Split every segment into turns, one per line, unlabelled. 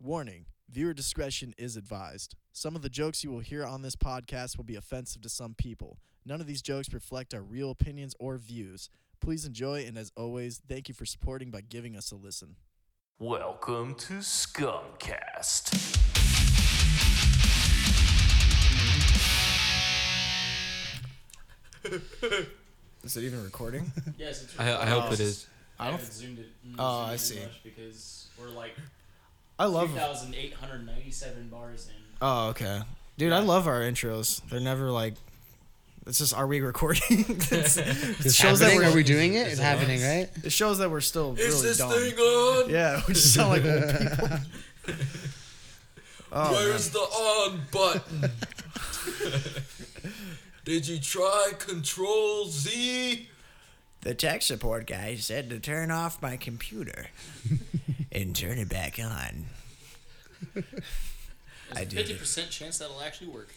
Warning viewer discretion is advised. Some of the jokes you will hear on this podcast will be offensive to some people. None of these jokes reflect our real opinions or views. Please enjoy, and as always, thank you for supporting by giving us a listen.
Welcome to Scumcast.
Is it even recording?
Yes, it's
I, I hope it is.
I
I
don't.
haven't zoomed it. mm,
Oh,
zoomed
I
in
see.
Much because we're like
I love.
2,897 bars in.
Oh, okay, dude. I love our intros. They're never like. It's just, are we recording? It's- it shows that
happening?
we're.
Are we doing it? It's happening, right?
It shows that we're still really dumb.
on?
Yeah, we just sound like old people. Oh,
Where's the on button? Did you try Control Z?
The tech support guy said to turn off my computer and turn it back on.
There's a
did it.
50% chance that'll actually work.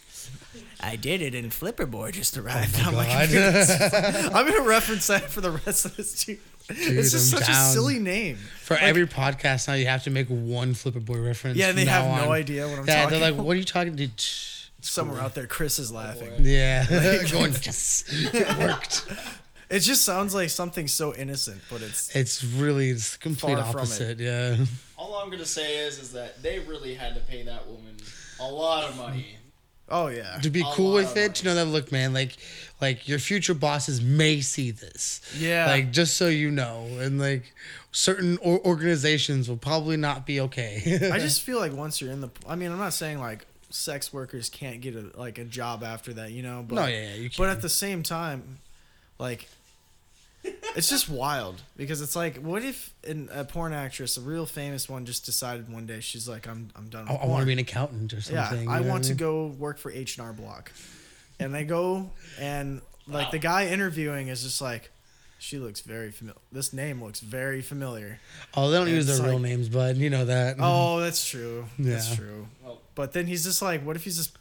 I did it, and Flipperboard just arrived on Oh my computer. I'm gonna reference that for the rest of this. Dude, it's just
I'm
such a
down.
silly name.
For every podcast now, you have to make one Flipper Boy reference.
Yeah, they
from
have
now
no
on.
idea what I'm
yeah,
talking.
they're like,
about.
"What are you talking to?" Tch.
Somewhere out there, Chris is laughing.
Yeah, going. Yes, it worked.
It just sounds like something so innocent, but it's
It's really it's the complete
Far from it.
opposite. Yeah,
All I'm gonna say is, is that they really had to pay that woman a lot of money.
oh yeah,
to be
A
cool
lot
with
of
it, to know that look, man, like, like your future bosses may see this.
Yeah.
like just so you know, and like certain or- organizations will probably not be okay.
I just feel like once you're in the, I mean, I'm not saying like sex workers can't get a like a job after that, you know. But,
No, yeah, yeah, you
But
can.
at the same time, like, it's just wild because it's like, what if an, a porn actress, a real famous one, just decided one day she's like, I'm I'm done. With
I, I want to be an accountant or
Yeah,
something.
I
you know
want
what
to
mean?
go work for H and R Block, and they go and like the guy interviewing is just like, she looks very familiar. This name looks very familiar.
Oh, they don't use their
It's
real
like-
names, but you know that.
Oh, that's true. That's
Yeah.
true.
Well-
But then he's just like, what if he's just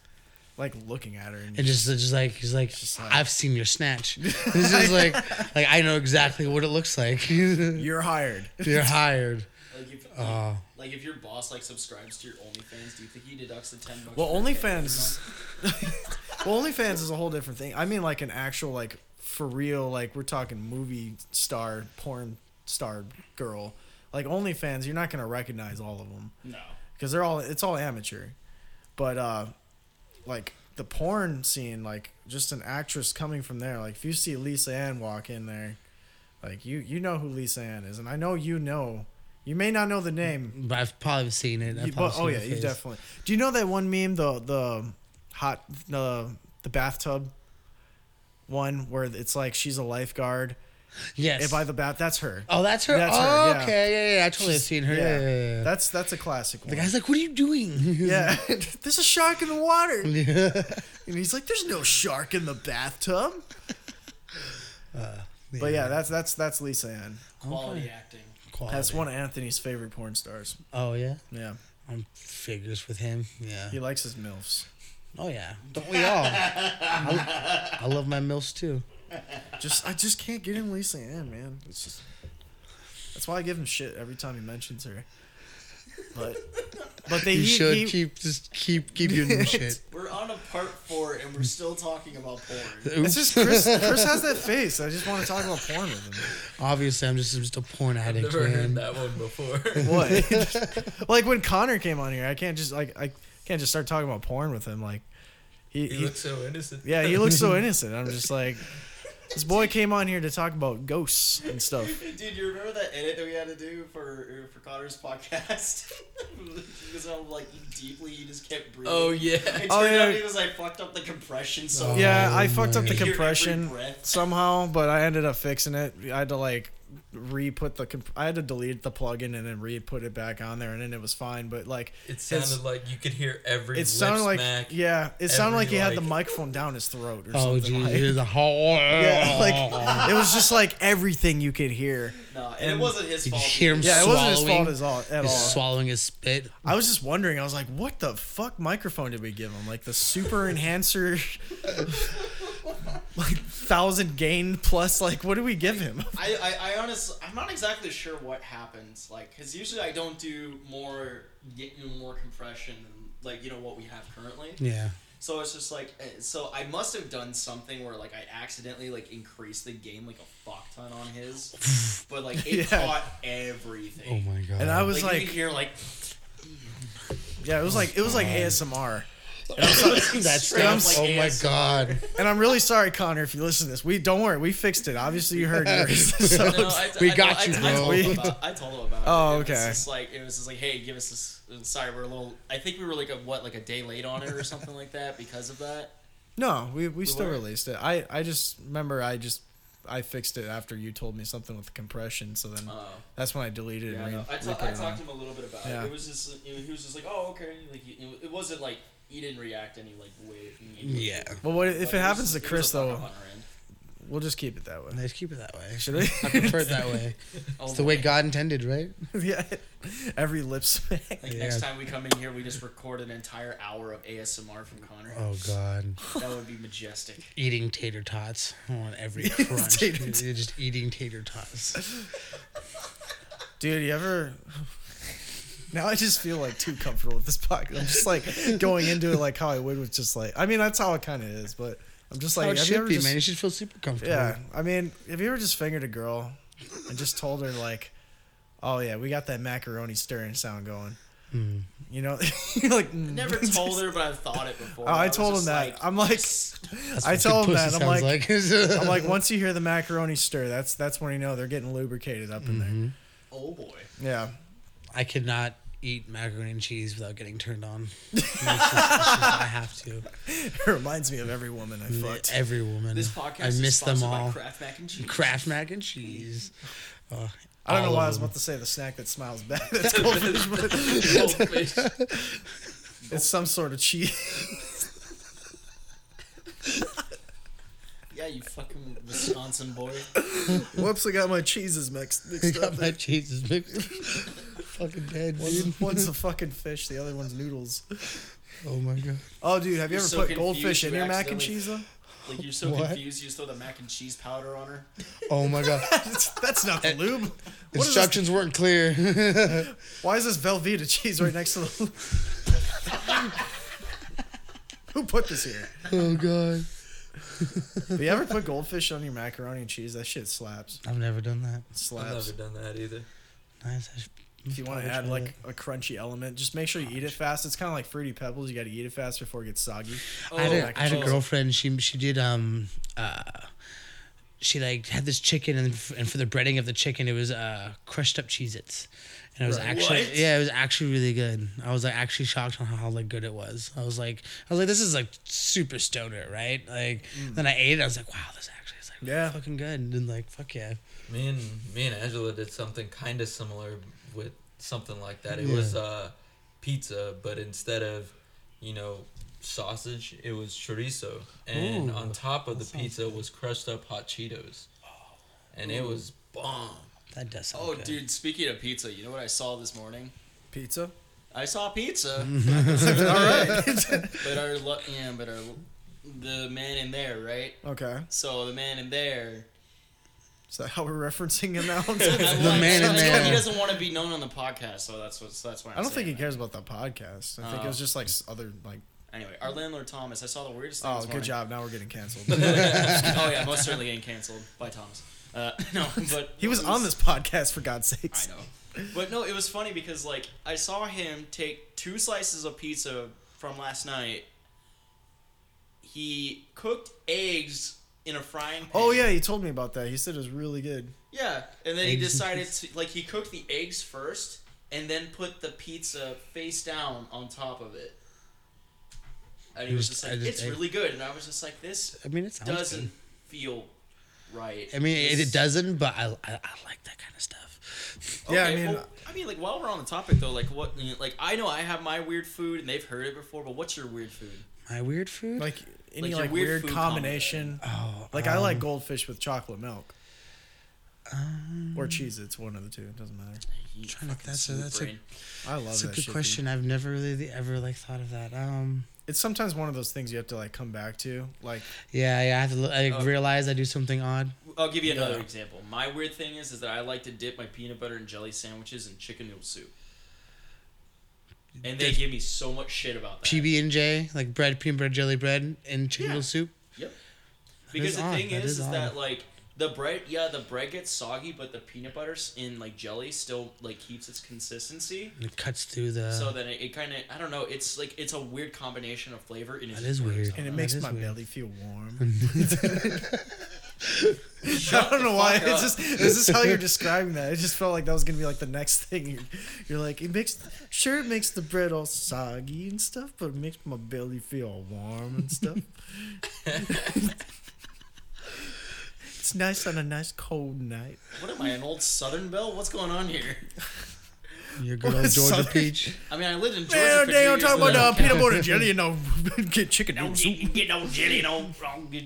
like looking at her and
And just, just like he's like,
like-
I've seen your snatch. This is like, like I know exactly what it looks like. You're
you're hired.
hired.
Like if,
Uh,
like if your boss like subscribes to your OnlyFans, do you think he deducts the 10 bucks?
Well,
for your credit every
OnlyFans. well, OnlyFans is a whole different thing. I mean, like an actual like for real like we're talking movie star, porn star girl. Like OnlyFans, you're not gonna recognize all of them.
month? No.
because they're all it's all amateur but uh like the porn scene like just an actress coming from there like if you see lisa ann walk in there like you you know who lisa ann is and i know you know you may not know the name
but I've probably seen it. I've
you-
probably
but, oh
seen
yeah
the
you
face.
definitely do you know that one meme the the hot the the bathtub one where it's like she's a lifeguard
Yes.
and by the bath that's her
oh, that's her.
That's her,
oh,
yeah.
okay. Yeah, yeah. I totally have seen her. Yeah, yeah, Oh, yeah, yeah.
that's that's a classic one
the guy's like, "What are you doing?"
Yeah, there's a shark in the water. and he's like, "There's no shark in the bathtub." Uh, But yeah, that's that's that's Lisa Ann.
Quality acting.
Quality.
That's one of Anthony's favorite porn stars.
Oh yeah.
Yeah,
I'm figures with him. Yeah.
he likes his milfs.
Oh yeah. Don't we all? I, I love my milfs too.
Just I just can't get in Lisa Ann, man. It's just that's why I give him shit every time he mentions her. But but they
You
he-
should
he-
keep just keep keep your new shit.
We're on a part four and we're still talking about porn.
It's just Chris. Chris has that face. I just want to talk about porn with him.
Obviously, I'm just, I'm just a porn addict,
Never
man.
heard that one before.
What? like when Connor came on here, I can't just like I can't just start talking about porn with him. Like he,
You
he-
look so innocent.
yeah, he looks so innocent. I'm just like this boy came on here to talk about ghosts and stuff.
Dude, you remember that edit that we had to do for er, for Connor's podcast? because I'm like deeply, he just kept breathing.
Oh yeah.
It turned
Oh, yeah.
out he was like fucked up the compression so
Yeah,
Oh
I fucked up
my.
the
Hear every
compression
breath.
somehow, but I ended up fixing it. I had to like re-put the comp- I had to delete the plugin and then re-put it back on there, and then it was fine. But like
It sounded
it's-
like you could hear every
it sounded
lip
like
smack.
yeah, it sounded
every,
like he had the
like-
microphone down his throat or
Oh,
something.
geez,
like-
it is a whole.
Yeah, like it was just like everything you could hear.
No, and, it wasn't his
you
fault.
hear him
either.
Yeah, it wasn't his fault
Swallowing.
as all, at all.
He's swallowing his spit.
I was just wondering. I was like, what the fuck microphone did we give him? Like the super enhancer, like thousand gain plus. Like, what do we give him?
I, I, I honestly, I'm not exactly sure what happens. Like, because usually I don't do more, get you know, more compression than, like, you know, what we have currently.
Yeah.
So it's just like, eh, so I must have done something where, like, I accidentally, like, increased the game, like, a fuck ton on his. but, like, it
Yeah.
caught
Oh
everything.
my god.
And I was
like,
like,
you could hear, like,
yeah, it was like it was like ASMR.
That's
straight up,
oh
like,
my
ASMR.
god.
And I'm really sorry, Connor, if you listen to this. We don't worry, we fixed it. Obviously, you heard yours. So
No, I,
We
I,
got
I,
you,
I,
bro.
told him about, I told him about
Oh,
it. It was
okay.
just like it was just like, hey, give us this. and Sorry, we're a little. I think we were like a what, like a day late on it or something like that because of that.
no, we, we still
were.
released it. I I just remember I just I fixed it after you told me something with the compression. So then
Oh.
that's when I deleted
Yeah,
it.
I,
and
know.
re-
I, ta-
re-put
I
it
talked
on.
to him a little bit about
Yeah.
it. It was just, you know, he was just like, oh, okay. Like, he, it wasn't like he didn't react any like way.
Yeah.
Well, what if
Like,
it
was
happens
just-
to
was
Chris
a fuck
though?
up on our end.
We'll just keep it that way.
Let's keep it that way.
Should I?
I prefer it that way.
Oh,
It's the way God intended, right?
yeah. Every lip smack.
Like
Yeah.
next time we come in here, we just record an entire hour of ASMR from Connor.
Oh god.
That would be majestic.
Eating tater tots on every crunch.
Tater
You're just eating tater tots.
Dude, you ever? Now I just feel like too comfortable with this podcast. I'm just like going into it like how I would with just like I mean that's how it kind of is, but I'm just like
How it
have you
should
ever
be,
just-
man. You should feel super comfortable.
yeah. I mean, have you ever just fingered a girl and just told her like, oh yeah, we got that macaroni stirring sound going.
Hmm.
You know, you're like mm.
Never told her, but I've thought it before.
Oh, I
was
told him
just
that.
like,
I'm like,
That's
I
what
told him
pussy
that. I'm
sounds
like, I'm like, once you hear the macaroni stir, that's that's when you know they're getting lubricated up in
Mm-hmm.
oh boy.
there. Yeah.
I could not eat macaroni and cheese without getting turned on. It's just- it's just- I have to.
It reminds me of every woman I
Mm-hmm.
fucked.
Every woman.
This podcast
I
is
miss them
sponsored by
all.
Kraft Mac and Cheese.
Kraft mac and cheese. Uh,
I don't know
all
why I
of
was
them.
about to say the snack that smiles back. That's goldfish, but
Oh, Goldfish.
it's some sort of cheese.
yeah, you fucking Wisconsin boy.
Whoops, I got my cheeses mixed,
I
mixed up.
got my cheeses mixed. Fucking dead, dude.
One's, one's a fucking fish, the other one's noodles.
Oh my god.
Oh, dude, have you ever
You're so
put goldfish
confused,
in
you
your mac and
accidentally-
cheese though?
Like you're so
What?
confused, you just throw the mac and cheese powder on her.
Oh my god.
That's, that's not the lube. What is this,
Instructions weren't clear.
why is this Velveeta cheese right next to the lube? Who put this here?
oh god.
Have you ever put goldfish on your macaroni and cheese? That shit slaps.
I've never done that.
I've
Slaps.
never done that either.
Nice. I should
If you want to
probably
add
try
like
that.
a crunchy element, just make sure you eat it fast. It's kind of like fruity pebbles. You got to eat it fast before it gets soggy.
I
mac
had a, I
and
had a
cheese.
girlfriend. She she did um uh, she like had this chicken and f- and for the breading of the chicken it was uh crushed up Cheez-Its. and it was actually
What?
yeah it was actually really good. I was like actually shocked on how like good it was. I was like I was like this is like super stoner right like then I ate it I was like wow this actually is like
Yeah.
yeah fucking good and then like fuck yeah
Me and me and Angela did something kind of similar with something like that. It
Yeah.
was uh, pizza, but instead of you know sausage, it was chorizo, and
Ooh,
on top of the pizza was crushed up hot Cheetos, and it was bomb.
that does sound
Oh,
good.
dude, speaking of pizza, you know what I saw this morning?
Pizza.
I saw pizza,
All right.
but our lu- yeah, but our the man in there, right?
okay.
So the man in there,
Is that how we're referencing him now?
I'm
I
The
like,
man in
he
there.
doesn't want to be known on the podcast, so that's what so that's why. I'm
don't think he
saying
cares about the podcast. I think it was just like s- other like.
that. Anyway, our landlord Thomas, I saw the weirdest thing.
Oh,
this
good
morning.
job. Now we're getting canceled.
oh yeah, most certainly getting canceled by Thomas. Uh, no, but
he was
it
on this podcast for God's sakes.
I know. But no, it was funny because like I saw him take two slices of pizza from last night. He cooked eggs in a frying pan.
Oh yeah, he told me about that. He said it was really good.
Yeah, and then he
Eggs and
decided to like he cooked the eggs first and then put the pizza face down on top of it. And he was
Just
just like,
added
"It's
egg.
really good," and I was just like, "This
I mean it sounds
doesn't
good.
feel right."
I mean it,
This-
it doesn't but I, I I like that kind of stuff
Yeah, I
Okay,
mean-
well,
uh,
I mean, like while we're on the topic though, like what, like I know I have my weird food and they've heard it before, but what's your weird food?
my weird food
Like
Like
any
your
like,
weird
weird
food
combination.
oh
Like I like goldfish with chocolate milk. or cheese. It's one of the two. It doesn't matter.
You
trying to-
fucking
that's a-
smooth
that's a-
brain.
I love
That's a
that
good
shit, dude.
question. I've never really ever like thought of that. Um,
it's sometimes one of those things you have to like come back to. Like
Yeah, yeah. I have to. l- I
Oh.
realize I do something odd.
I'll give you another
Yeah.
example. My weird thing is is that I like to dip my peanut butter and jelly sandwiches in chicken noodle soup. And they give me so much shit about that.
PB and J, like bread, peanut butter, jelly bread, and chicken
Yeah.
noodle soup.
Yep. Because
is
the
odd.
thing
That
is,
is
is that
odd.
like the bread, yeah, the bread gets soggy, but the peanut butter s- in like jelly still like keeps its consistency.
And it cuts through the.
so then it, it kind of, I don't know, it's like it's a weird combination of flavor. And it
That
just
is
works
weird.
out.
and it
That
makes
is
my
weird.
belly feel warm. I don't know why.
fuck
It's
up.
just is this how you're describing that? It just felt like that was gonna be like the next thing. You're, you're like it makes sure it makes the bread all soggy and stuff, but it makes my belly feel all warm and stuff. it's nice on a nice cold night.
What am I, an old Southern Belle? What's going on here?
Your good old
What's
Georgia
up?
peach.
I mean, I lived in Georgia.
Man,
for
they
two
don't
years
talk about
without
uh, peanut
counting.
butter and jelly and all get chicken noodle
Don't
soup.
get, get no jelly, don't, don't get.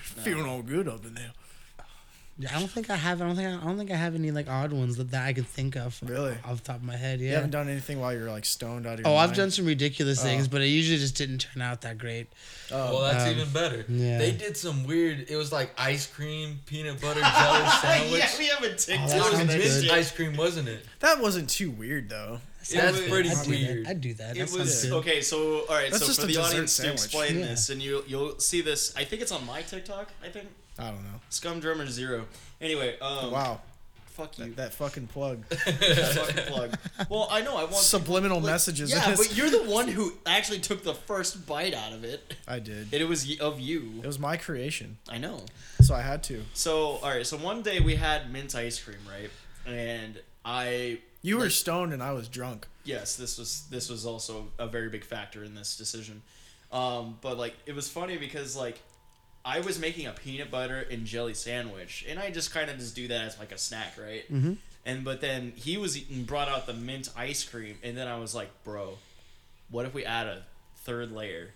Feeling all good up in there.
Yeah, I don't think I have. I don't think. I, I don't think I have any like odd ones that, that I can think of.
Really?
Off the top of my head,
You
yeah.
haven't done anything while you're like stoned out of your
oh,
mind.
I've done some ridiculous things, but it usually just didn't turn out that great.
well, that's even better.
yeah.
They did some weird. It was like ice cream, peanut butter, jelly sandwich.
Oh, yeah, we have a
It
TikTok.
was
sounds
mixed
good.
ice cream, wasn't it?
That wasn't too weird though.
That's
was-
pretty
I'd do
weird.
that. I'd do that.
It
that sounds
was
good.
okay. So, all right.
That's
so
just
for
a
the
dessert
audience
sandwich.
to explain
Yeah.
this, and you you'll see this. I think it's on my TikTok. I think
I don't know.
Scum Drummer Zero. Anyway, um,
Wow,
Fuck you.
that, that fucking plug.
fucking plug. Well, I know I want
Subliminal
like,
messages. in
Yeah,
this.
but you're the one who actually took the first bite out of it,
I did.
and it was y- of you.
It was my creation,
I know.
so I had to.
So, all right. So one day we had mint ice cream, right? And I
You were
Like-
stoned and I was drunk.
yes, this was this was also a very big factor in this decision. Um, but like it was funny because like I was making a peanut butter and jelly sandwich, and I just kind of just do that as like a snack, right? Mm-hmm. And but then he was eating, brought out the mint ice cream, and then I was like, bro, what if we add a third layer?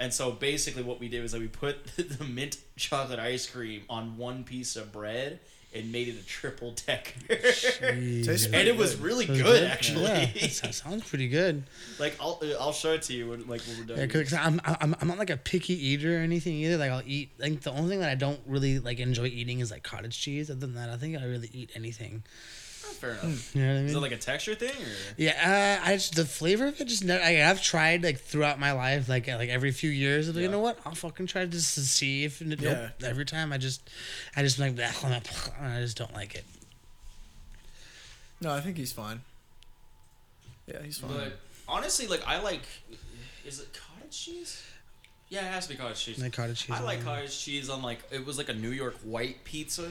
And so basically, what we did was that we put the mint chocolate ice cream on one piece of bread and made it a triple decker.
Tastes
and
pretty
it was
good.
really
Sounds
good, actually.
Yeah, that sounds- sounds pretty good.
Like I'll uh, I'll show it to you when like when we're done. here.
Yeah, because I'm, I'm I'm not like a picky eater or anything either. Like I'll eat like the only thing that I don't really like enjoy eating is like cottage cheese. Other than that, I think I really eat anything.
Fair enough.
You know what I mean?
Is it like a texture thing or?
yeah, uh, I just, the flavor of it just never. I, I've tried like throughout my life, like like every few years. I'm like, You know what? I'll fucking try just to see if. and
Yeah.
Nope. Every time I just, I just like that. I just don't like it.
No, I think he's fine. Yeah, he's fine.
But honestly, like I like, is it cottage cheese? Yeah, it has to be cottage cheese.
Like cottage cheese.
I like
um,
cottage cheese on like it was like a New York white pizza.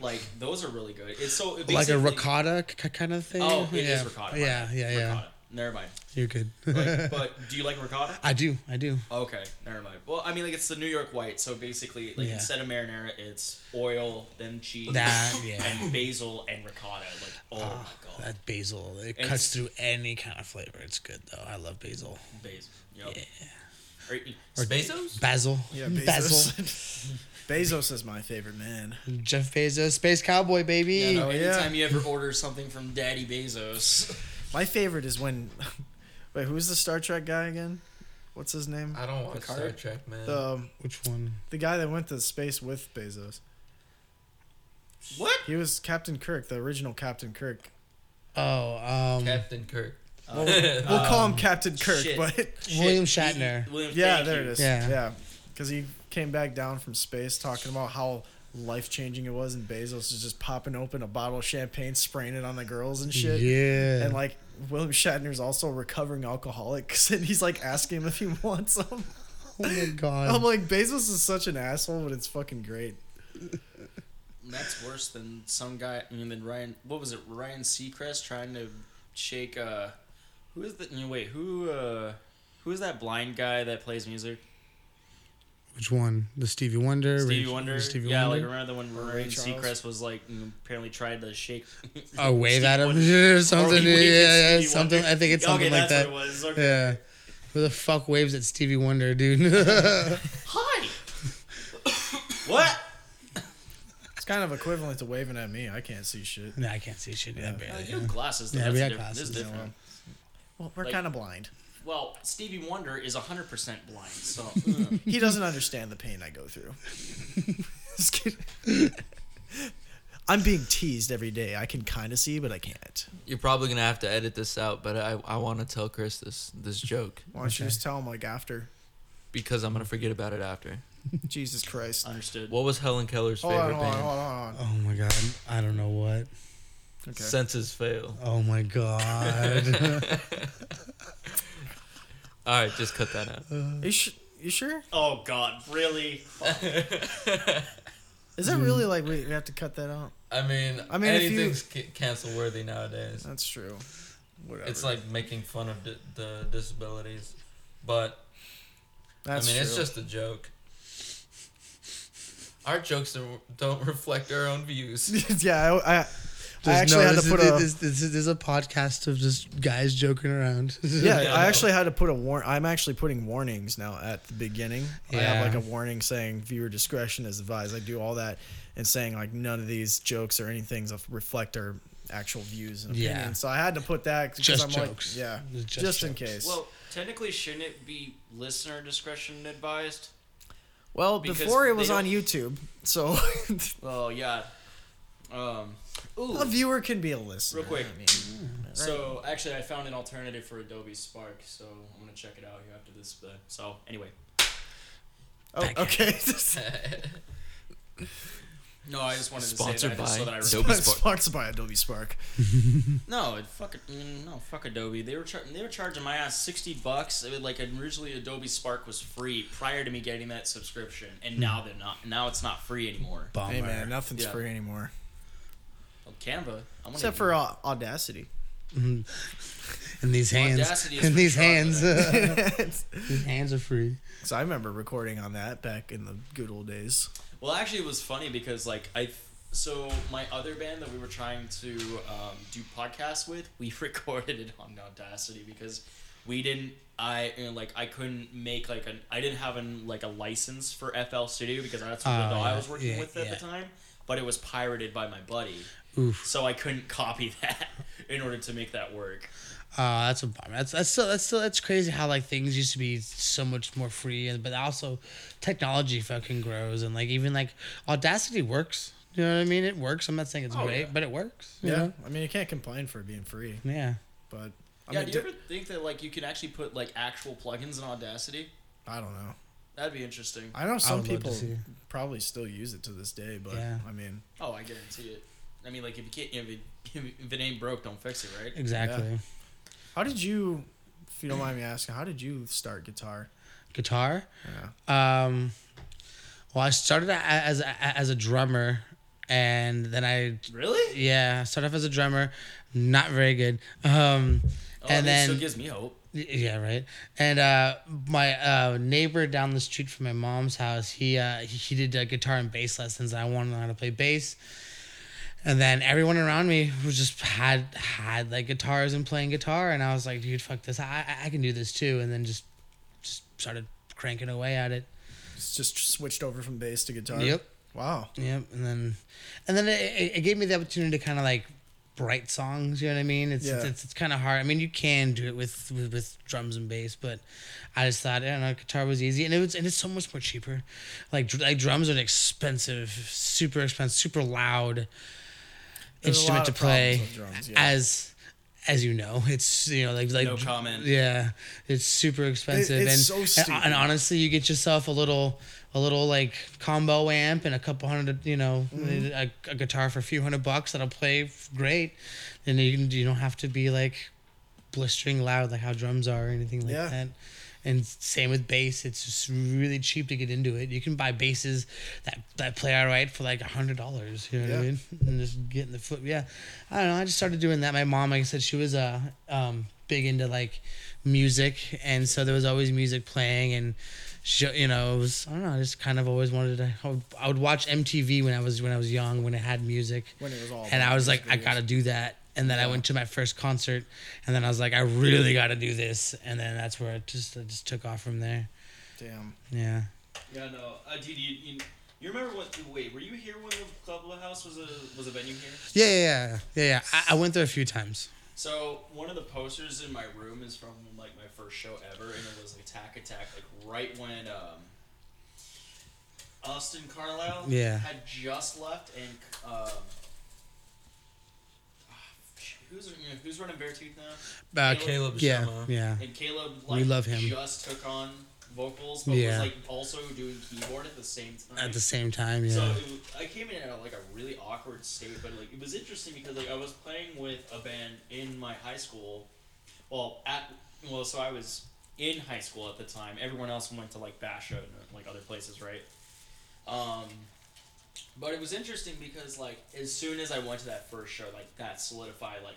Like those are really good. It's so it
Like a
basically-
ricotta k- kind of thing.
Oh, it is
yeah.
ricotta. my
Yeah,
bad.
yeah, yeah.
Ricotta. Never mind.
You're good.
Like, but do you like ricotta?
I do, I do.
Okay, never mind. Well, I mean, like it's the New York white, so basically, like
Yeah.
instead of marinara, it's oil, then cheese,
That, yeah. Ah,
and basil and ricotta. Like, oh my god,
That basil, it
It's-
cuts through any kind of flavor. It's good though. I love basil.
basil. Yep.
Yeah.
Or, e,
Bezos?
Basil. Hmm.
yeah,
Basil.
Bezos. Bezos is my favorite man.
Jeff Bezos, space cowboy baby.
you know,
Oh, yeah.
anytime you ever order something from Daddy Bezos,
My favorite is when. Wait, who's the Star Trek guy again? What's his name?
I don't watch
Picard?
Star Trek, man.
The um,
Which one?
the guy that went to space with Bezos.
what?
He was Captain Kirk, the original Captain Kirk.
Oh, um,
Captain Kirk.
We'll, we'll call him Captain Kirk,
shit.
but
William
Shit,
Shatner.
he- William,
yeah,
thank
there
you.
it is.
Yeah.
Yeah, because he came back down from space talking about how life changing it was, and Bezos is just popping open a bottle of champagne, spraying it on the girls and shit.
Yeah.
And like William Shatner's also a recovering alcoholic, and he's like asking him if he wants them.
oh my god.
I'm like, Bezos is such an asshole, but it's fucking great.
That's worse than some guy. I mean, than Ryan. What was it? Ryan Seacrest trying to shake. Uh, who is the? no, Wait, who? Uh, who is that blind guy that plays music?
Which one? The Stevie Wonder.
Stevie
Ray-
Wonder.
Stevie
yeah,
Wonder.
like remember the one where
Ray
Ryan
Charles.
Seacrest was like mm, apparently tried to shake.
oh, wave
Stevie
at him.
Wonder.
Yeah,
Or
something.
he
Yeah,
waved at
yeah,
Stevie
something.
Wonder.
I think it's something
okay,
like
that's
that.
What it was. Okay.
Yeah. Who the fuck waves at Stevie Wonder, dude?
Hi. what?
It's kind of equivalent to waving at me. I can't see shit.
nah, I can't see shit. Yeah, barely.
You have glasses. Though.
Yeah,
That's
we
a
got
different- This is
glasses.
different.
Well, we're
Like-
kind of blind.
well, Stevie Wonder is 100% blind, so. uh.
He doesn't understand the pain I go through. Just kidding. I'm being teased every day. I can kind of see, but I can't.
You're probably gonna have to edit this out, but I, I want to tell Chris this this joke
Why don't you just tell him like after?
because I'm gonna forget about it after.
Jesus Christ.
Understood.
What was Helen Keller's
Hold on,
favorite
hold on,
band?
hold on, hold on.
Oh my god. I don't know what.
Okay.
Senses fail.
Oh my god.
All right, just cut that out.
You, sh- you sure?
Oh, God, really?
Is
Mm-hmm.
that really like we, we have to cut that out?
I mean,
I mean, if you-
anything's ca- cancel worthy nowadays.
That's true. Whatever.
It's like making fun of di- the disabilities, but
That's
I mean,
true.
it's just a joke. Our jokes don't- don't reflect our own views.
yeah, I, I, I
There's
actually
no-
had
this
to
is-
put a.
this, this, this is a podcast of just guys joking around.
yeah,
Yeah,
I
no.
actually had to put a warn. I'm actually putting warnings now at the beginning. I have
Yeah.
like a warning saying viewer discretion is advised. I do all that and saying like none of these jokes or anything reflect our actual views and
Yeah.
opinions. So I had to put that because
Just
I'm
jokes.
like, yeah,
Just
just, in
jokes.
case. Well,
Well, technically, shouldn't it be listener discretion advised? because
before it was
they
on
don't-
YouTube, so
Well, yeah. Um, ooh,
a viewer can be a listener.
real quick.
I mean,
So actually, I found an alternative for Adobe Spark, so I'm gonna check it out here after this. But so anyway,
oh, okay.
no, I just wanted
Sponsored
to
by
say that just so that I
Adobe.
remember.
Spark.
Sponsored by Adobe Spark.
No, it- fuck it, mm, no, fuck Adobe. They were char- they were charging my ass sixty bucks. It was like originally Adobe Spark was free prior to me getting that subscription, and now they're not. Now it's not free anymore.
Bummer.
Hey man, nothing's
Yeah.
free anymore
Well, Canva, I'm gonna
except for uh, Audacity.
In these hands.
Audacity is
In
for
these
chocolate.
hands. uh, these hands are free.
So I remember recording on that back in the good old days.
Well, actually, it was funny because like I, so my other band that we were trying to um, do podcasts with, we recorded it on Audacity because we didn't. I you know, like I couldn't make like an I didn't have an like a license for FL Studio because that's what
Oh,
I
yeah,
was working
yeah,
with at
yeah.
the time. But it was pirated by my buddy,
Oof.
so I couldn't copy that in order to make that work.
Uh, that's a bummer. That's that's still, that's still that's crazy how like things used to be so much more free, and but also technology fucking grows and like even like Audacity works. You know what I mean? It works. I'm not saying it's
Oh,
great,
yeah.
but it works. you
Yeah,
know?
I mean you can't complain for it being free,
Yeah.
but I
yeah,
mean,
do you ever think that like you can actually put like actual plugins in Audacity?
I don't know.
That'd be interesting.
I know some
would love to
people
see.
probably still use it to this day, but
Yeah.
I mean,
Oh, I guarantee it. I mean, like if you can't, if it, if it ain't broke, don't fix it, right?
Exactly.
how did you, if you don't mind me asking, how did you start guitar?
Guitar.
Yeah.
Um, well, I started a- as a- as a drummer, and then I
Really?
yeah I started off as a drummer, not very good. Um,
Oh,
and
that
then
still gives me hope.
Y- Yeah, right. And uh, my uh, neighbor down the street from my mom's house, he uh, he, he did uh, guitar and bass lessons. I wanted to learn how to play bass, and then everyone around me was just had had like guitars and playing guitar, and I was like, dude, fuck this, I I- I can do this too. And then just just started cranking away at it.
It's just switched over from bass to guitar.
Yep.
Wow.
Yep, and then, and then it, it- it gave me the opportunity to kind of like write songs. You know what I mean? It's
Yeah.
it's, it's, kind of hard. I mean, you can do it with, with with drums and bass, but I just thought I don't know, guitar was easy, and it was and it's so much more cheaper. Like dr- like drums are an expensive, super expensive, super loud
There's a
instrument
lot
to
of problems
play.
with drums, yeah.
As as you know, it's you know like like
No comment.
Yeah, it's super expensive,
it's
and
so
and-
stupid.
and honestly, you get yourself a little a little like combo amp and a couple hundred, you know,
Mm-hmm.
a, a guitar for a few hundred bucks that'll play f- great, and you can, you don't have to be like blistering loud like how drums are or anything like
Yeah.
that. And same with bass, it's just really cheap to get into it. You can buy basses that, that play all right for like a hundred dollars. You know what I
Yeah.
mean? And just getting the foot. Yeah, I don't know. I just started doing that. My mom, like I said, she was uh um big into like music, and so there was always music playing, and she, you know, it was I don't know. I just kind of always wanted to. I would, I would watch MTV when I was when I was young when it had music.
When it was all
And
about
I was like,
music
I
videos.
gotta do that. And then I went to my first concert, and then I was like, I really gotta do this. And then that's where it just it just took off from there.
Damn.
Yeah.
Yeah, no, uh, dude, you, you, you remember what? Wait, were you here when the Club House was a was a venue here?
Yeah, yeah, yeah, yeah. yeah. I, I went there a few times.
So one of the posters in my room is from like my first show ever, and it was like Attack Attack, like right when um, Austin Carlisle
Yeah.
had just left, and um, ah, shoot, who's who's running Beartooth now?
Uh,
Caleb
yeah,
Shema.
yeah.
And Caleb
We
like
love him.
just took on vocals, but
Yeah.
was like also doing keyboard at the same time.
At the same time, yeah.
So it, w- I came in at like a really awkward state, but like it was interesting because like I was playing with a band in my high school. Well, at well, so I was in high school at the time. Everyone else went to like Basha and like other places, right? Um, but it was interesting because like as soon as I went to that first show, like that solidified like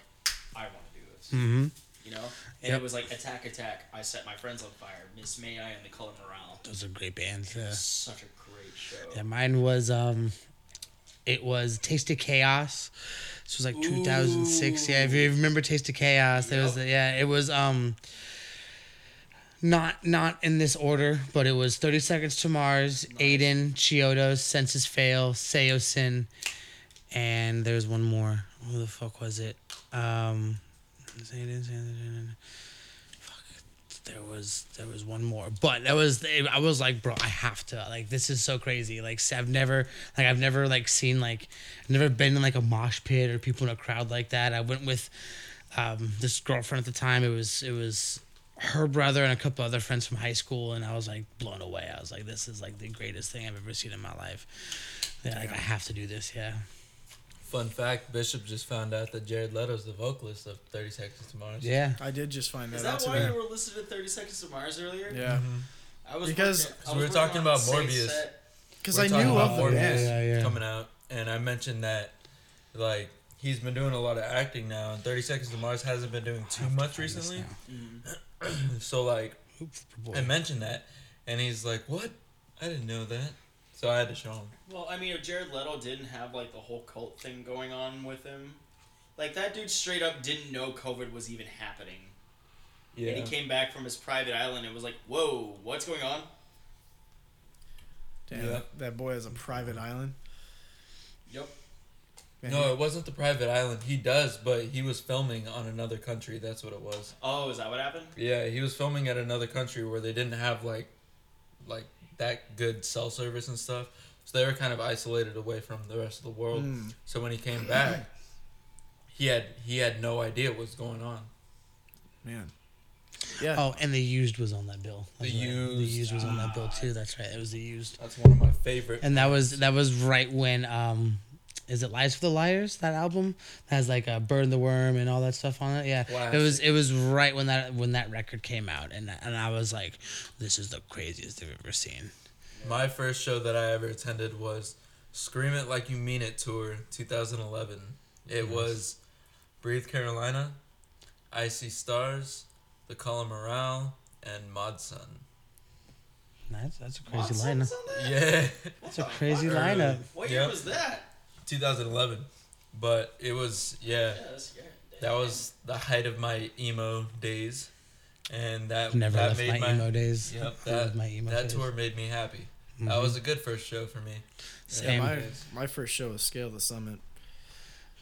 I want to do this,
mm-hmm.
you know. And
Yep.
it was like attack, attack. I set my friends on fire. Miss May I and the Color Morale.
Those are great bands. Yeah.
Such a great show.
yeah, mine was um, it was Taste of Chaos. This was like 2006. Yeah, if you remember Taste of Chaos, there was yeah, it was um. Not not in this order, but it was Thirty Seconds to Mars, Aiden, Chiodo, Census Fail, Seosin, and there's one more. Who the fuck was it? Um, Aiden, there was there was one more but that was i was like bro i have to like this is so crazy like s- i've never like i've never like seen like I've never been in like a mosh pit or people in a crowd like that i went with um this girlfriend at the time it was it was her brother and a couple other friends from high school and i was like blown away i was like this is like the greatest thing i've ever seen in my life yeah, like i have to do this yeah
Fun fact: Bishop just found out that Jared Leto's the vocalist of Thirty Seconds to Mars.
yeah
I did just find
Is
that out
that why
today.
you were listening to Thirty Seconds to Mars earlier?
Yeah,
Mm-hmm.
I was
Because-
working-
So
I
we
was
were talking
working
about
on the same
Morbius.
set.
because
We're
I
talking
knew
about
of the
Morbius
band.
Yeah, yeah.
coming out, and I mentioned that like he's been doing a lot of acting now, and Thirty Seconds to Mars hasn't been doing too much recently. So like I mentioned that, and he's like, "What? I didn't know that." So I had to show him.
Well, I mean, if Jared Leto didn't have like the whole cult thing going on with him, like that dude straight up didn't know COVID was even happening, and he came back from his private island and was like, "Whoa, what's going on?"
Damn,
Yeah.
that, that boy has a private island.
Yep.
Man,
No, it wasn't the private island. He does, but he was filming on another country. That's what it was.
Oh, is that what happened?
Yeah, he was filming at another country where they didn't have like, like that good cell service and stuff. So they were kind of isolated away from the rest of the world.
Mm.
So when he came back, he had he had no idea what was going on.
man.
oh and the used was on that bill
The
That's right. the
Used, Ah.
used was on that bill too that's right it was the used
That's one of my favorite.
and that was that was right when um is it lies for the liars that album that has like a burn the worm and all that stuff on it yeah it was it was right when that when that record came out and and i was like this is the craziest i've ever seen
My first show that I ever attended was Scream It Like You Mean It tour 2011. It was Breathe Carolina, Icy Stars, The Column Morale, and Mod Sun.
that's that's a crazy
Monsters
lineup
on that?
Yeah,
that's a crazy lineup
What year
Yeah.
was that?
2011. But it was yeah,
Yeah, that's yeah.
that was the height of my emo days, and that
never
that
left my, emo days
Yep,
Never
that,
left my emo
that
days. Mm-hmm.
tour made me happy. That was a good first show for me.
Same.
My, my first show was Scale the Summit.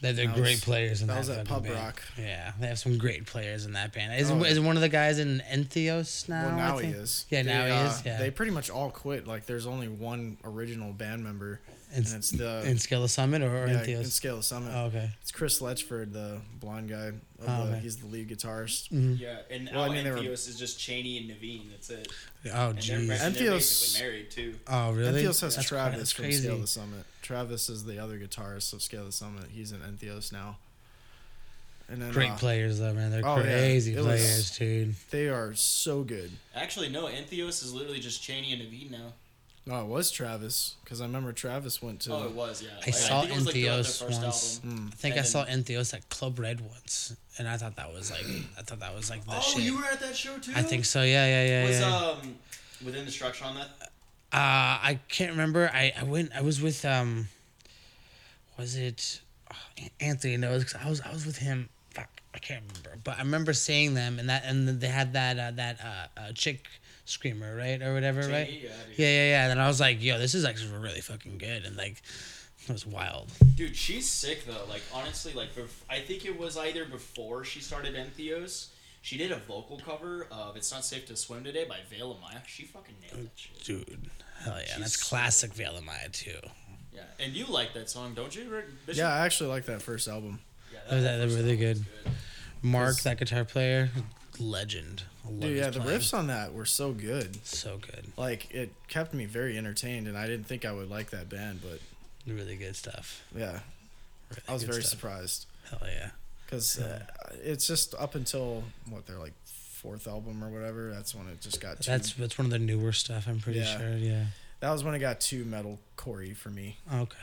They're, they're
That
great
was-
players in
that
that,
was at
fucking
Pub
band.
Rock.
Yeah, they have some great players in that band. Is,
Oh,
is one of the guys in Entheos now?
Well,
I
now he
think?
is.
Yeah, now
they,
he
uh,
is. Yeah,
They pretty much all quit. Like, there's only one original band member,
and,
and it's the
in Scale of Summit or, or
yeah, in
Entheos?
Scale the Summit.
Oh, okay.
It's Chris Letchford, the blonde guy. Of
Oh,
the,
okay.
He's the lead guitarist.
Yeah, and
Well, I
all
mean, they were-
Entheos is just Cheney and Naveen. That's it.
Oh,
And they're, and they're
jeez.
Entheos-
basically married too.
Oh, really?
Entheos has
That's quite-
Travis
that's
from Scale the Summit. Travis is the other guitarist of Scale the Summit. He's in Entheos now. And then
Great
uh,
players though, man. They're
Oh, yeah.
crazy
It was-
players, dude.
they are so good.
Actually, no. Entheos is literally just Cheney and Naveen now.
No, it was Travis because I remember Travis went to.
Oh, it was yeah. Like,
saw
think it was, like, throughout their
Entheos
first
once.
album.
Hmm.
I think I
And
saw Entheos at Club Red once, and I thought that was like, I thought that was like the
Oh,
shit.
you were at that show too.
I think so. Yeah, yeah, yeah,
Was
yeah.
um within the structure on that?
Uh, I can't remember. I, I went. I was with um. Was it oh, An- Anthony knows? 'cause I was I was with him. Fuck, I can't remember. But I remember seeing them and that and they had that uh, that uh, uh, chick screamer right or whatever right.
Jamie, yeah, dude.
Yeah, yeah, yeah. And then I was like, yo, this is actually really fucking good. And like, It was wild.
Dude, she's sick though. Like honestly, like bef- I think it was either before she started Entheos, she did a vocal cover of "It's Not Safe to Swim Today" by Vale of Maya. She fucking nailed that
Mm.
shit.
Dude. Hell yeah. That's
She's-
classic Veil of Maya, too.
Yeah, and you like that song, don't you? Rick? Bishop?
Yeah, I actually like that first album.
yeah
That was, that was
first
really
album
good.
was
Mark, that guitar player, legend. I love
Dude,
his
yeah, the
playing.
riffs on that were so good.
So good.
Like it kept me very entertained, and I didn't think I would like that band, but
Really good stuff.
yeah,
Really
I was
good
very
stuff.
surprised
Hell yeah.
because uh, it's just up until what they're like fourth album or whatever. That's when it just got too.
That's that's one of the newer stuff, I'm pretty
Yeah.
sure. Yeah.
that was when it got too metal Corey for me.
Okay.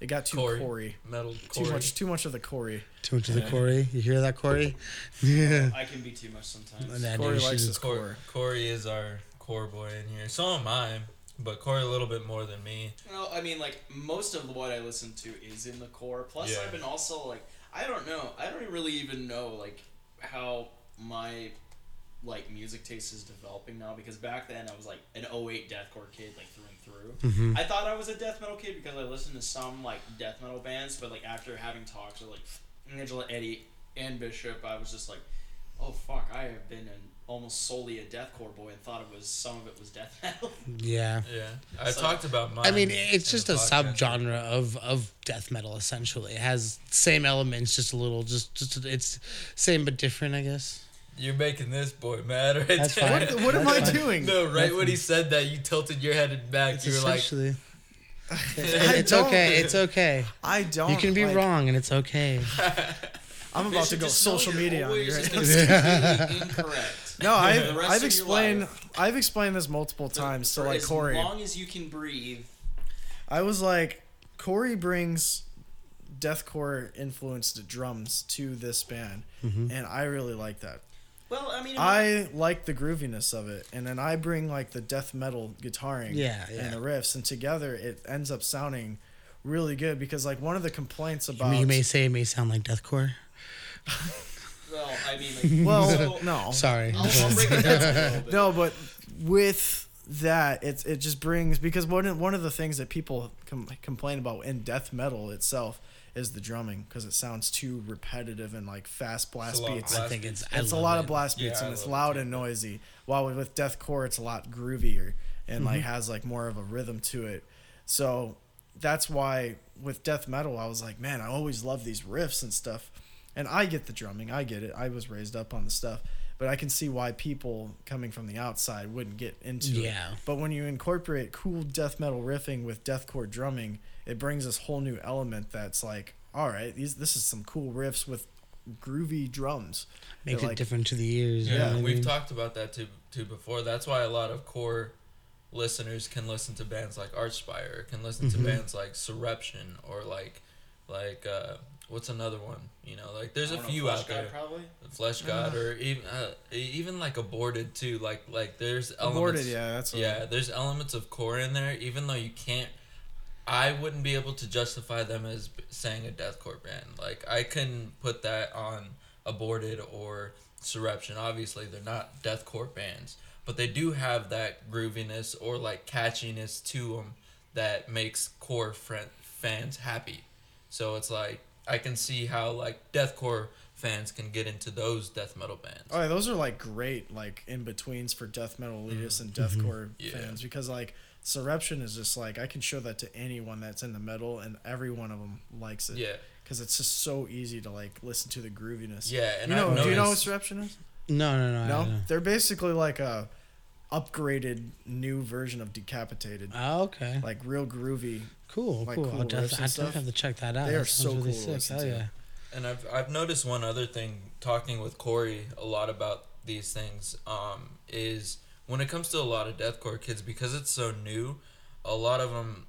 It got too
Corey.
Corey.
Metal
Too
Corey.
much, too much of the Corey.
Too much of the Corey. You hear that, Corey? Yeah.
good. I can be too much sometimes.
That
Corey
dude,
likes
she's-
his
Cor-
core.
Corey is our core boy in here. So am I, but Corey a little bit more than me.
No, I mean like most of what I listen to is in the core. Plus,
Yeah.
I've been also like I don't know. I don't e-, really even know like how my like music taste is developing now because back then I was like an 08 deathcore kid like through and through. I thought I was a death metal kid because I listened to some like death metal bands, but like after having talks with like Angela Eddie and Bishop, I was just like, oh fuck, I have been an almost solely a deathcore boy and thought it was some of it was death metal.
yeah.
Yeah, I
So-
talked about mine.
I mean,
in
it's just
the
a
podcast.
subgenre of of death metal. Essentially, it has same elements, just a little, just just it's same but different, I guess.
You're making this boy mad right
That's
there.
fine.
What am I
That's fine.
doing?
No, right when he said that, you tilted your head and back.
It's
you were like,
essentially.
I
it's
don't-
okay. It's okay.
I don't.
You can be
like-
wrong, and it's okay.
I'm about to
should
go
just know
social
you're
media on you
always
right now.
just completely incorrect.
No,
The
I've,
rest of
I've
your
explained
life.
I've explained this multiple times to
For
like
as
Corey.
long as you can breathe.
I was like, Corey brings deathcore influenced drums to this band,
Mm-hmm.
and I really like that.
Well, I mean,
I like the grooviness of it, and then I bring like the death metal guitaring
Yeah, yeah.
and the riffs, and together it ends up sounding really good because like one of the complaints about
You may say it may sound like deathcore.
well, I mean, like,
well
so-
no
Sorry.
I'll,
Oh.
I'll break it down a little bit.
No, but with that, it it just brings because one of, one of the things that people com- complain about in death metal itself is the drumming because it sounds too repetitive and like fast blast
lot of
beats.
blast-
I think it's. I
It's a
love
lot
it.
of blast
Yeah,
beats
I
and it's
love it
loud
too.
and noisy. While with, with deathcore, it's a lot groovier and like
Mm-hmm.
has like more of a rhythm to it. So that's why with death metal, I was like, man, I always love these riffs and stuff. And I get the drumming, I get it. I was raised up on the stuff, but I can see why people coming from the outside wouldn't get into it.
Yeah.
But when you incorporate cool death metal riffing with deathcore drumming, it brings this whole new element that's like, all right, these this is some cool riffs with groovy drums.
Makes
They're
it different to the ears. you know
yeah,
what I
we've
mean?
talked about that too, too before. That's why a lot of core listeners can listen to bands like Archspire, can listen
Mm-hmm.
to bands like Surruption, or like, like uh, what's another one? You know, like
I
there's a
don't know,
few
Flesh
out
God,
there.
Probably.
Flesh God, or even uh, e- even like aborted too. Like like there's elements.
Aborted, yeah, that's what-
yeah. There's elements of core in there, even though you can't. I wouldn't be able to justify them as b- saying a deathcore band. Like I couldn't put that on aborted or Surruption. Obviously, they're not deathcore bands, but they do have that grooviness or like catchiness to them that makes core fr- fans happy. So it's like I can see how like deathcore fans can get into those death metal bands.
Oh, yeah, those are like great like in betweens for death metal elitists and deathcore
Yeah.
fans because like Surruption is just like I can show that to anyone that's in the metal and every one of them likes it.
Yeah.
because it's just so easy to like listen to the grooviness.
Yeah, and
you know,
I've
do you know what
noticed-
Surruption is?
No, no, no. I
No,
don't know.
they're basically like a upgraded new version of Decapitated,
Oh, okay.
like real groovy.
Cool.
like
cool.
cool
I'll
riffs and
def- I
stuff.
definitely have to check that out.
They
That
are
sounds
so
really
cool to
sick.
listen
Hell
to.
yeah.
And I've I've noticed one other thing talking with Corey a lot about these things um, is when it comes to a lot of deathcore kids because it's so new, a lot of them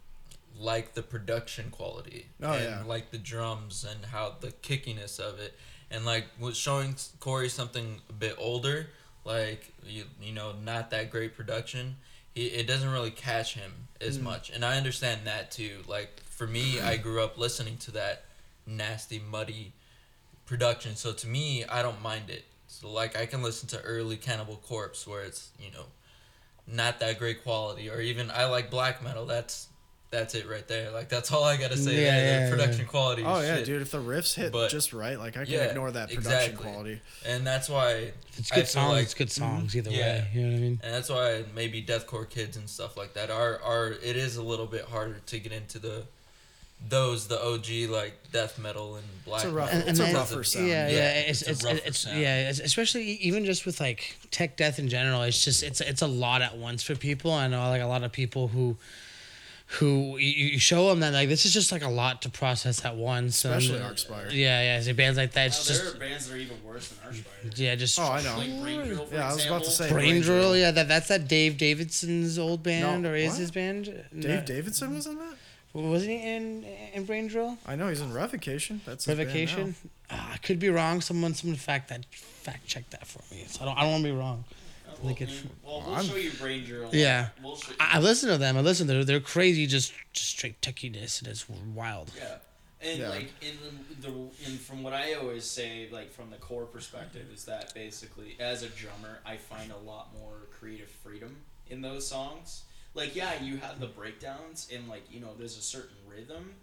like the production quality
Oh,
and
yeah.
like the drums and how the kickiness of it and like was showing Corey something a bit older like you, you know not that great production he, it doesn't really catch him as
Hmm.
much and I understand that too like for me I grew up listening to that nasty muddy production. So to me, I don't mind it. So like I can listen to early Cannibal Corpse where it's you know not that great quality, or even I like black metal. That's that's it right there. Like that's all I gotta say.
Yeah,
Yeah,
yeah, yeah.
production quality.
Oh
is
yeah,
shit.
dude. If the riffs hit
But-
just right, like I can
Yeah,
ignore that production
exactly.
quality.
And that's why
It's
I
good
feel
songs.
like-
it's good songs either
Yeah.
way. You know what I mean?
and that's why maybe deathcore kids and stuff like that are are it is a little bit harder to get into the those the OG like death metal and black.
a rough-
metal
it's a
because
rougher
of-
sound.
Yeah, yeah,
Yeah,
It's
it's a
it's,
rougher
it's,
sound.
yeah, it's, especially e- even just with like tech death in general. It's just it's it's a lot at once for people. I know like a lot of people who who you, you show them that like this is just like a lot to process at once. and-
Especially Arc Spire.
Yeah, yeah. So bands like that,
Now,
it's
there
just
are bands that are even worse than Archbiter.
yeah, just
Oh, I know.
Like Brain Drill, for
Yeah, I was about to
example.
say
brain drill. Yeah, that that's that Dave Davidson's old band
No,
or is
what?
his band?
Dave
No.
Davidson was in that.
wasn't he in in brain drill?
I know he's in Revocation. That's his band now.
Revocation? Ah, I could be wrong. Someone, someone fact that fact check that for me. So I don't, I don't want to be wrong.
Uh,
Like
Well,
it-
mm, well, we'll show you Brain Drill.
Yeah.
We'll show
I, I listen to them. I listen. They're they're crazy. Just just straight techiness, and it's wild.
Yeah. And
Yeah.
like in the, the and from what I always say, like from the core perspective, is that basically as a drummer, I find a lot more creative freedom in those songs. Like yeah, you have the breakdowns and like you know there's a certain rhythm,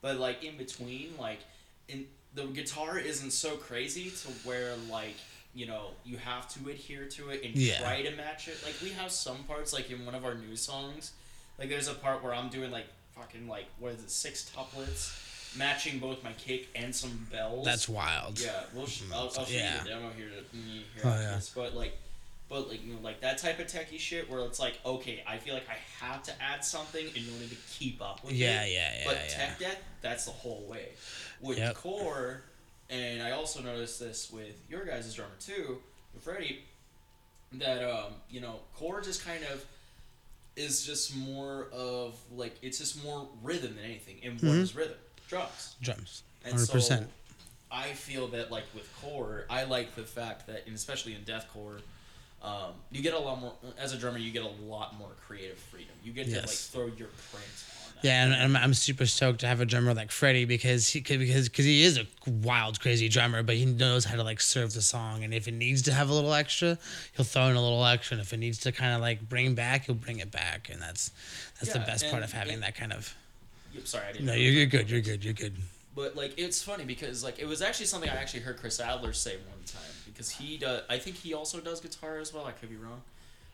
but like in between, like in the guitar isn't so crazy to where like you know you have to adhere to it and
Yeah.
try to match it. Like we have some parts like in one of our new songs, like there's a part where I'm doing like fucking like what is it six tuplets, matching both my kick and some bells.
That's wild.
yeah. We'll sh- I'll, I'll show
Yeah.
you the demo here to me here
Oh,
after
yeah.
this, but like. But like you know, like that type of techie shit where it's like okay I feel like I have to add something in order to keep up with
Yeah,
it.
yeah, yeah,
But
yeah.
tech debt that's the whole way. With
Yep.
core, and I also noticed this with your guys' drummer too, with Freddie, that um you know core just kind of is just more of like it's just more rhythm than anything. And
Mm-hmm.
what is rhythm? Drums.
Drums.
And
Hundred
so
percent.
I feel that like with core, I like the fact that, and especially in deathcore, um, you get a lot more as a drummer. You get a lot more creative freedom. You get to like
Yes.
throw your print on that.
Yeah, and, and I'm, I'm super stoked to have a drummer like Freddie because he could because because he is a wild, crazy drummer, but he knows how to like serve the song, and if it needs to have a little extra, he'll throw in a little extra, and if it needs to kind of like bring back, he'll bring it back, and that's that's the
Yeah,
best part
and
of having
it-
that kind of.
Yep, Sorry, I didn't.
No,
know.
you're, you're good. You're good. You're good.
But like it's funny because like it was actually something I actually heard Chris Adler say one time because he does. I think he also does guitar as well. I could be wrong,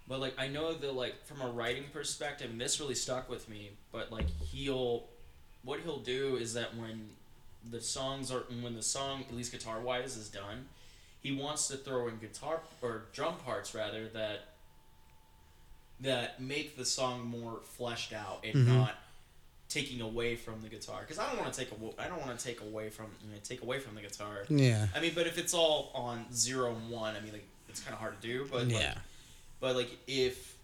but like I know that like from a writing perspective, and this really stuck with me. But like he'll, what he'll do is that when the songs are when the song at least guitar wise is done, he wants to throw in guitar or drum parts rather that that make the song more fleshed out and not taking away from the guitar because I don't want to take awa- I don't want to take away from you know, take away from the guitar.
Yeah.
I mean, but if it's all on zero and one, I mean, like it's kind of hard to do. But like,
Yeah.
but like if,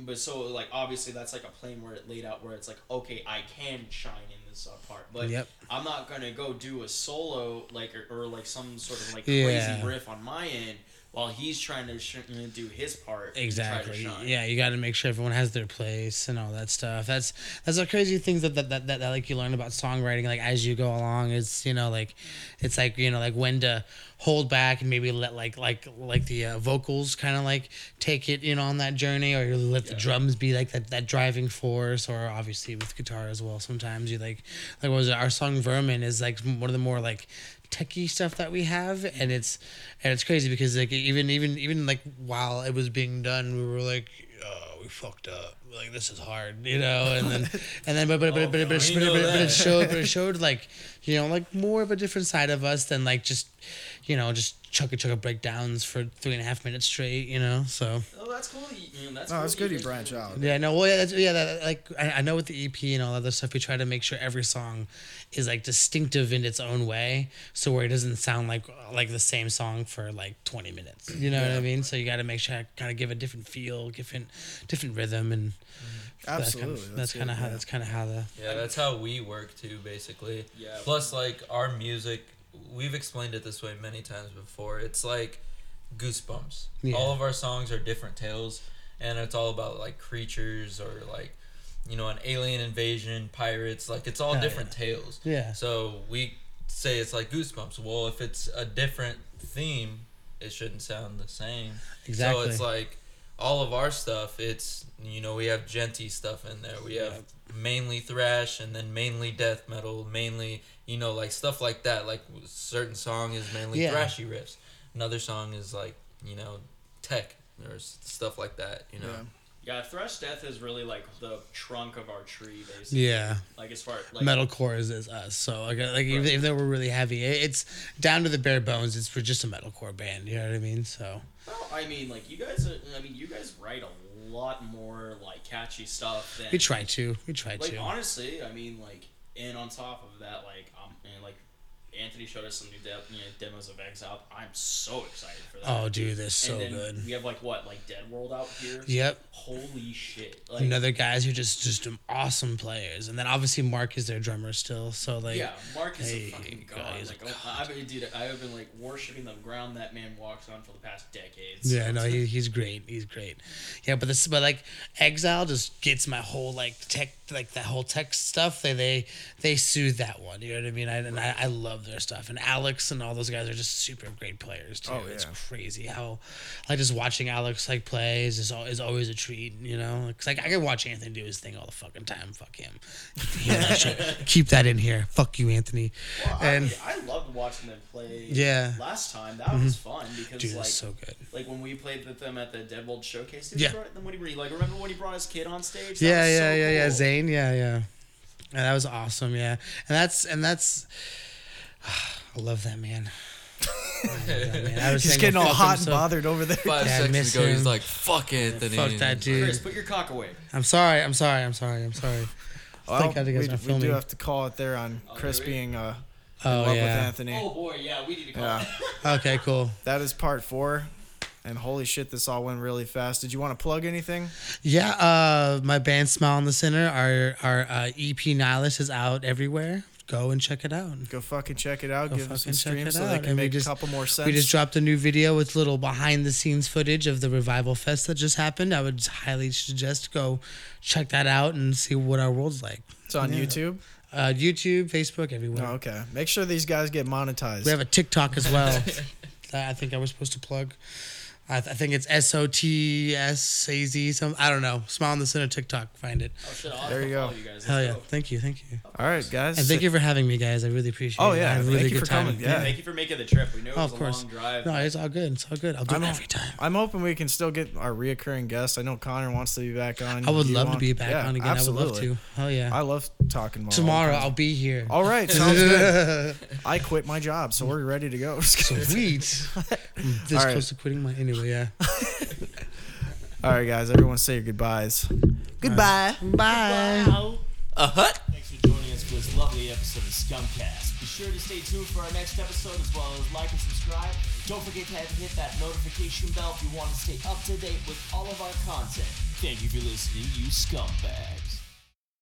but so like obviously that's like a plane where it laid out where it's like okay I can shine in this uh, part, but
Yep.
I'm not gonna go do a solo like or, or like some sort of like
Yeah.
crazy riff on my end while he's trying to sh- do his part. and try to
Exactly.
shine.
Yeah, you got to make sure everyone has their place and all that stuff. That's that's the crazy things that that, that, that that like you learn about songwriting like as you go along. It's you know like, it's like you know like when to hold back and maybe let like like like the uh, vocals kind of like take it you know on that journey or you let the drums be like that that driving force or obviously with guitar as well. Sometimes you like like what was it? our song Vermin is like one of the more like techie stuff that we have and it's and it's crazy because like even even even like while it was being done we were like oh we fucked up like this is hard you know and then and then but but but but, but, but,
we
but,
Oh, know
but, but it
that.
showed but it showed like you know like more of a different side of us than like just you know just chugga chugga breakdowns for three and a half minutes straight you know so
Oh, that's cool. that you- you know, that's
No,
cool
it's
that
good you
guys
branch
do-
out.
yeah, no, well, yeah, that's, yeah, that, like I, I know with the EP and all that other stuff, we try to make sure every song is like distinctive in its own way, so where it doesn't sound like like the same song for like twenty minutes. You know what I mean? So you got to make sure I kind of give a different feel, different different rhythm, and
Absolutely.
that's kind of
it,
how
yeah.
that's kind of how the
Yeah, that's how we work too, basically.
Yeah.
Plus, like our music, we've explained it this way many times before. It's like goosebumps.
Yeah.
All of our songs are different tales, and it's all about like creatures or like, you know, an alien invasion, pirates. Like it's all
Yeah,
different tales.
Yeah.
So we say it's like goosebumps. Well, if it's a different theme, it shouldn't sound the same. So
Exactly.
it's like all of our stuff, it's you know we have genty stuff in there. We have mainly thrash and then mainly death metal, mainly you know like stuff like that. Like w- certain song is mainly
Yeah.
thrashy riffs. Another song is like you know tech or s- stuff like that. You know.
Yeah.
Yeah, thrash death is really like the trunk of our tree, basically.
Yeah.
Like as far like
metalcore is, is us. So like, uh, like if, if they were really heavy, it, it's down to the bare bones. It's we're just a metalcore band. You know what I mean? So
Well, I mean, like you guys. Are, I mean, you guys write a lot more like catchy stuff than
we try to. We try
Like
to.
honestly, I mean, like, and on top of that, like, um, and like, Anthony showed us some new de- you know, demos of Exile. I'm so excited for that.
oh, dude, they're
And
so
then
good.
We have like what, like Dead World out here.
Yep.
Holy shit! Like,
Another guys who just just awesome players, and then obviously Mark is their drummer still. So like,
yeah, Mark is
Hey,
a fucking god.
God, he's
like,
a
oh, I've been, dude, I've been like worshiping the ground that man walks on for the past decades.
Yeah, no, he, he's great. He's great. Yeah, but this, but like, Exile just gets my whole like tech, like that whole tech stuff. They they they soothe that one. You know what I mean? I, and I, I love their stuff. And Alex and all those guys are just super great players too.
Oh,
It's
yeah.
crazy how, like, just watching Alex like play is just al- is always a treat. You know, 'Cause, like I could watch Anthony do his thing all the fucking time. Fuck him. He- that shit. Keep that in here. Fuck you, Anthony.
Well, I,
and
mean, I loved watching them play.
Yeah. Mm-hmm.
Last time that was fun because
dude,
like
that's so good.
like when we played with them at the Dead World showcase. Dude,
Yeah.
yeah. Brought, then when he re- like remember when he brought his kid on stage? That
yeah,
was
yeah,
so
yeah, yeah.
cool.
Zane, yeah, yeah. Yeah, that was awesome. Yeah, and that's and that's. I love that man. I love that man. I was
He's
saying,
getting all
fuck
hot
him
and
so-
bothered over there.
Five
Yeah, I miss
seconds ago,
him.
he's like, "Fuck Anthony."
Fuck that
Chris,
dude.
put your cock away.
I'm sorry. I'm sorry. I'm sorry. I'm sorry.
Well,
God
we,
you guys aren't
we do
filming.
have to call it there on
Oh,
Chris
do we?
being uh, in
Oh
love with
yeah.
Anthony.
Oh boy, yeah, we need to call.
Yeah,
Okay. Cool.
that is part four. And holy shit, this all went really fast. Did you want to plug anything?
Yeah. Uh, my band Smile in the Center. Our our uh, EP Nihilist is out everywhere. Go and check it out.
Go fucking check it out.
Go
Give them some
fucking check it
streams so they
out.
can
And we
make
just-
a couple more cents.
We just dropped a new video with little behind the scenes footage of the revival fest that just happened. I would highly suggest go check that out and see what our world's like.
it's on YouTube.
Uh, YouTube, Facebook, everywhere.
Oh, okay. Make sure these guys get monetized.
We have a TikTok as well. that I think I was supposed to plug. I, th- I think it's S O T S A Z. Some I don't know. Smile in the center TikTok. Find it.
Oh shit, I'll
There
have to
you go.
follow You guys.
Hell
Let's
yeah!
go.
Thank you, thank you,
all right, guys.
and thank you for having me, guys. I really appreciate
Oh,
it.
yeah,
I had a
thank
really
you
good
for
time.
coming, yeah.
Thank you for making the trip. We know it
Oh,
was
of
a
course.
long drive.
No, it's all good. It's all good. I'll do
I'm
it
all-
every time.
I'm hoping we can still get our reoccurring guest. I know Connor wants to be back on.
I would
You
love to
want-
be back
Yeah,
on again. I would
absolutely.
love to. Hell yeah!
I love talking more.
Tomorrow I'll Oh, be here.
All right, sounds good. I quit my job, so we're ready to go.
Sweet. I'm this
All right.
close to quitting my anyway. Yeah.
All right, guys. Everyone, say your goodbyes.
Goodbye. Bye.
A
Uh-huh.
hut.
Thanks for joining us for this lovely episode of Scumcast. Be sure to stay tuned for our next episode as well as like and subscribe. Don't forget to hit that notification bell if you want to stay up to date with all of our content. Thank you for listening, you scumbags.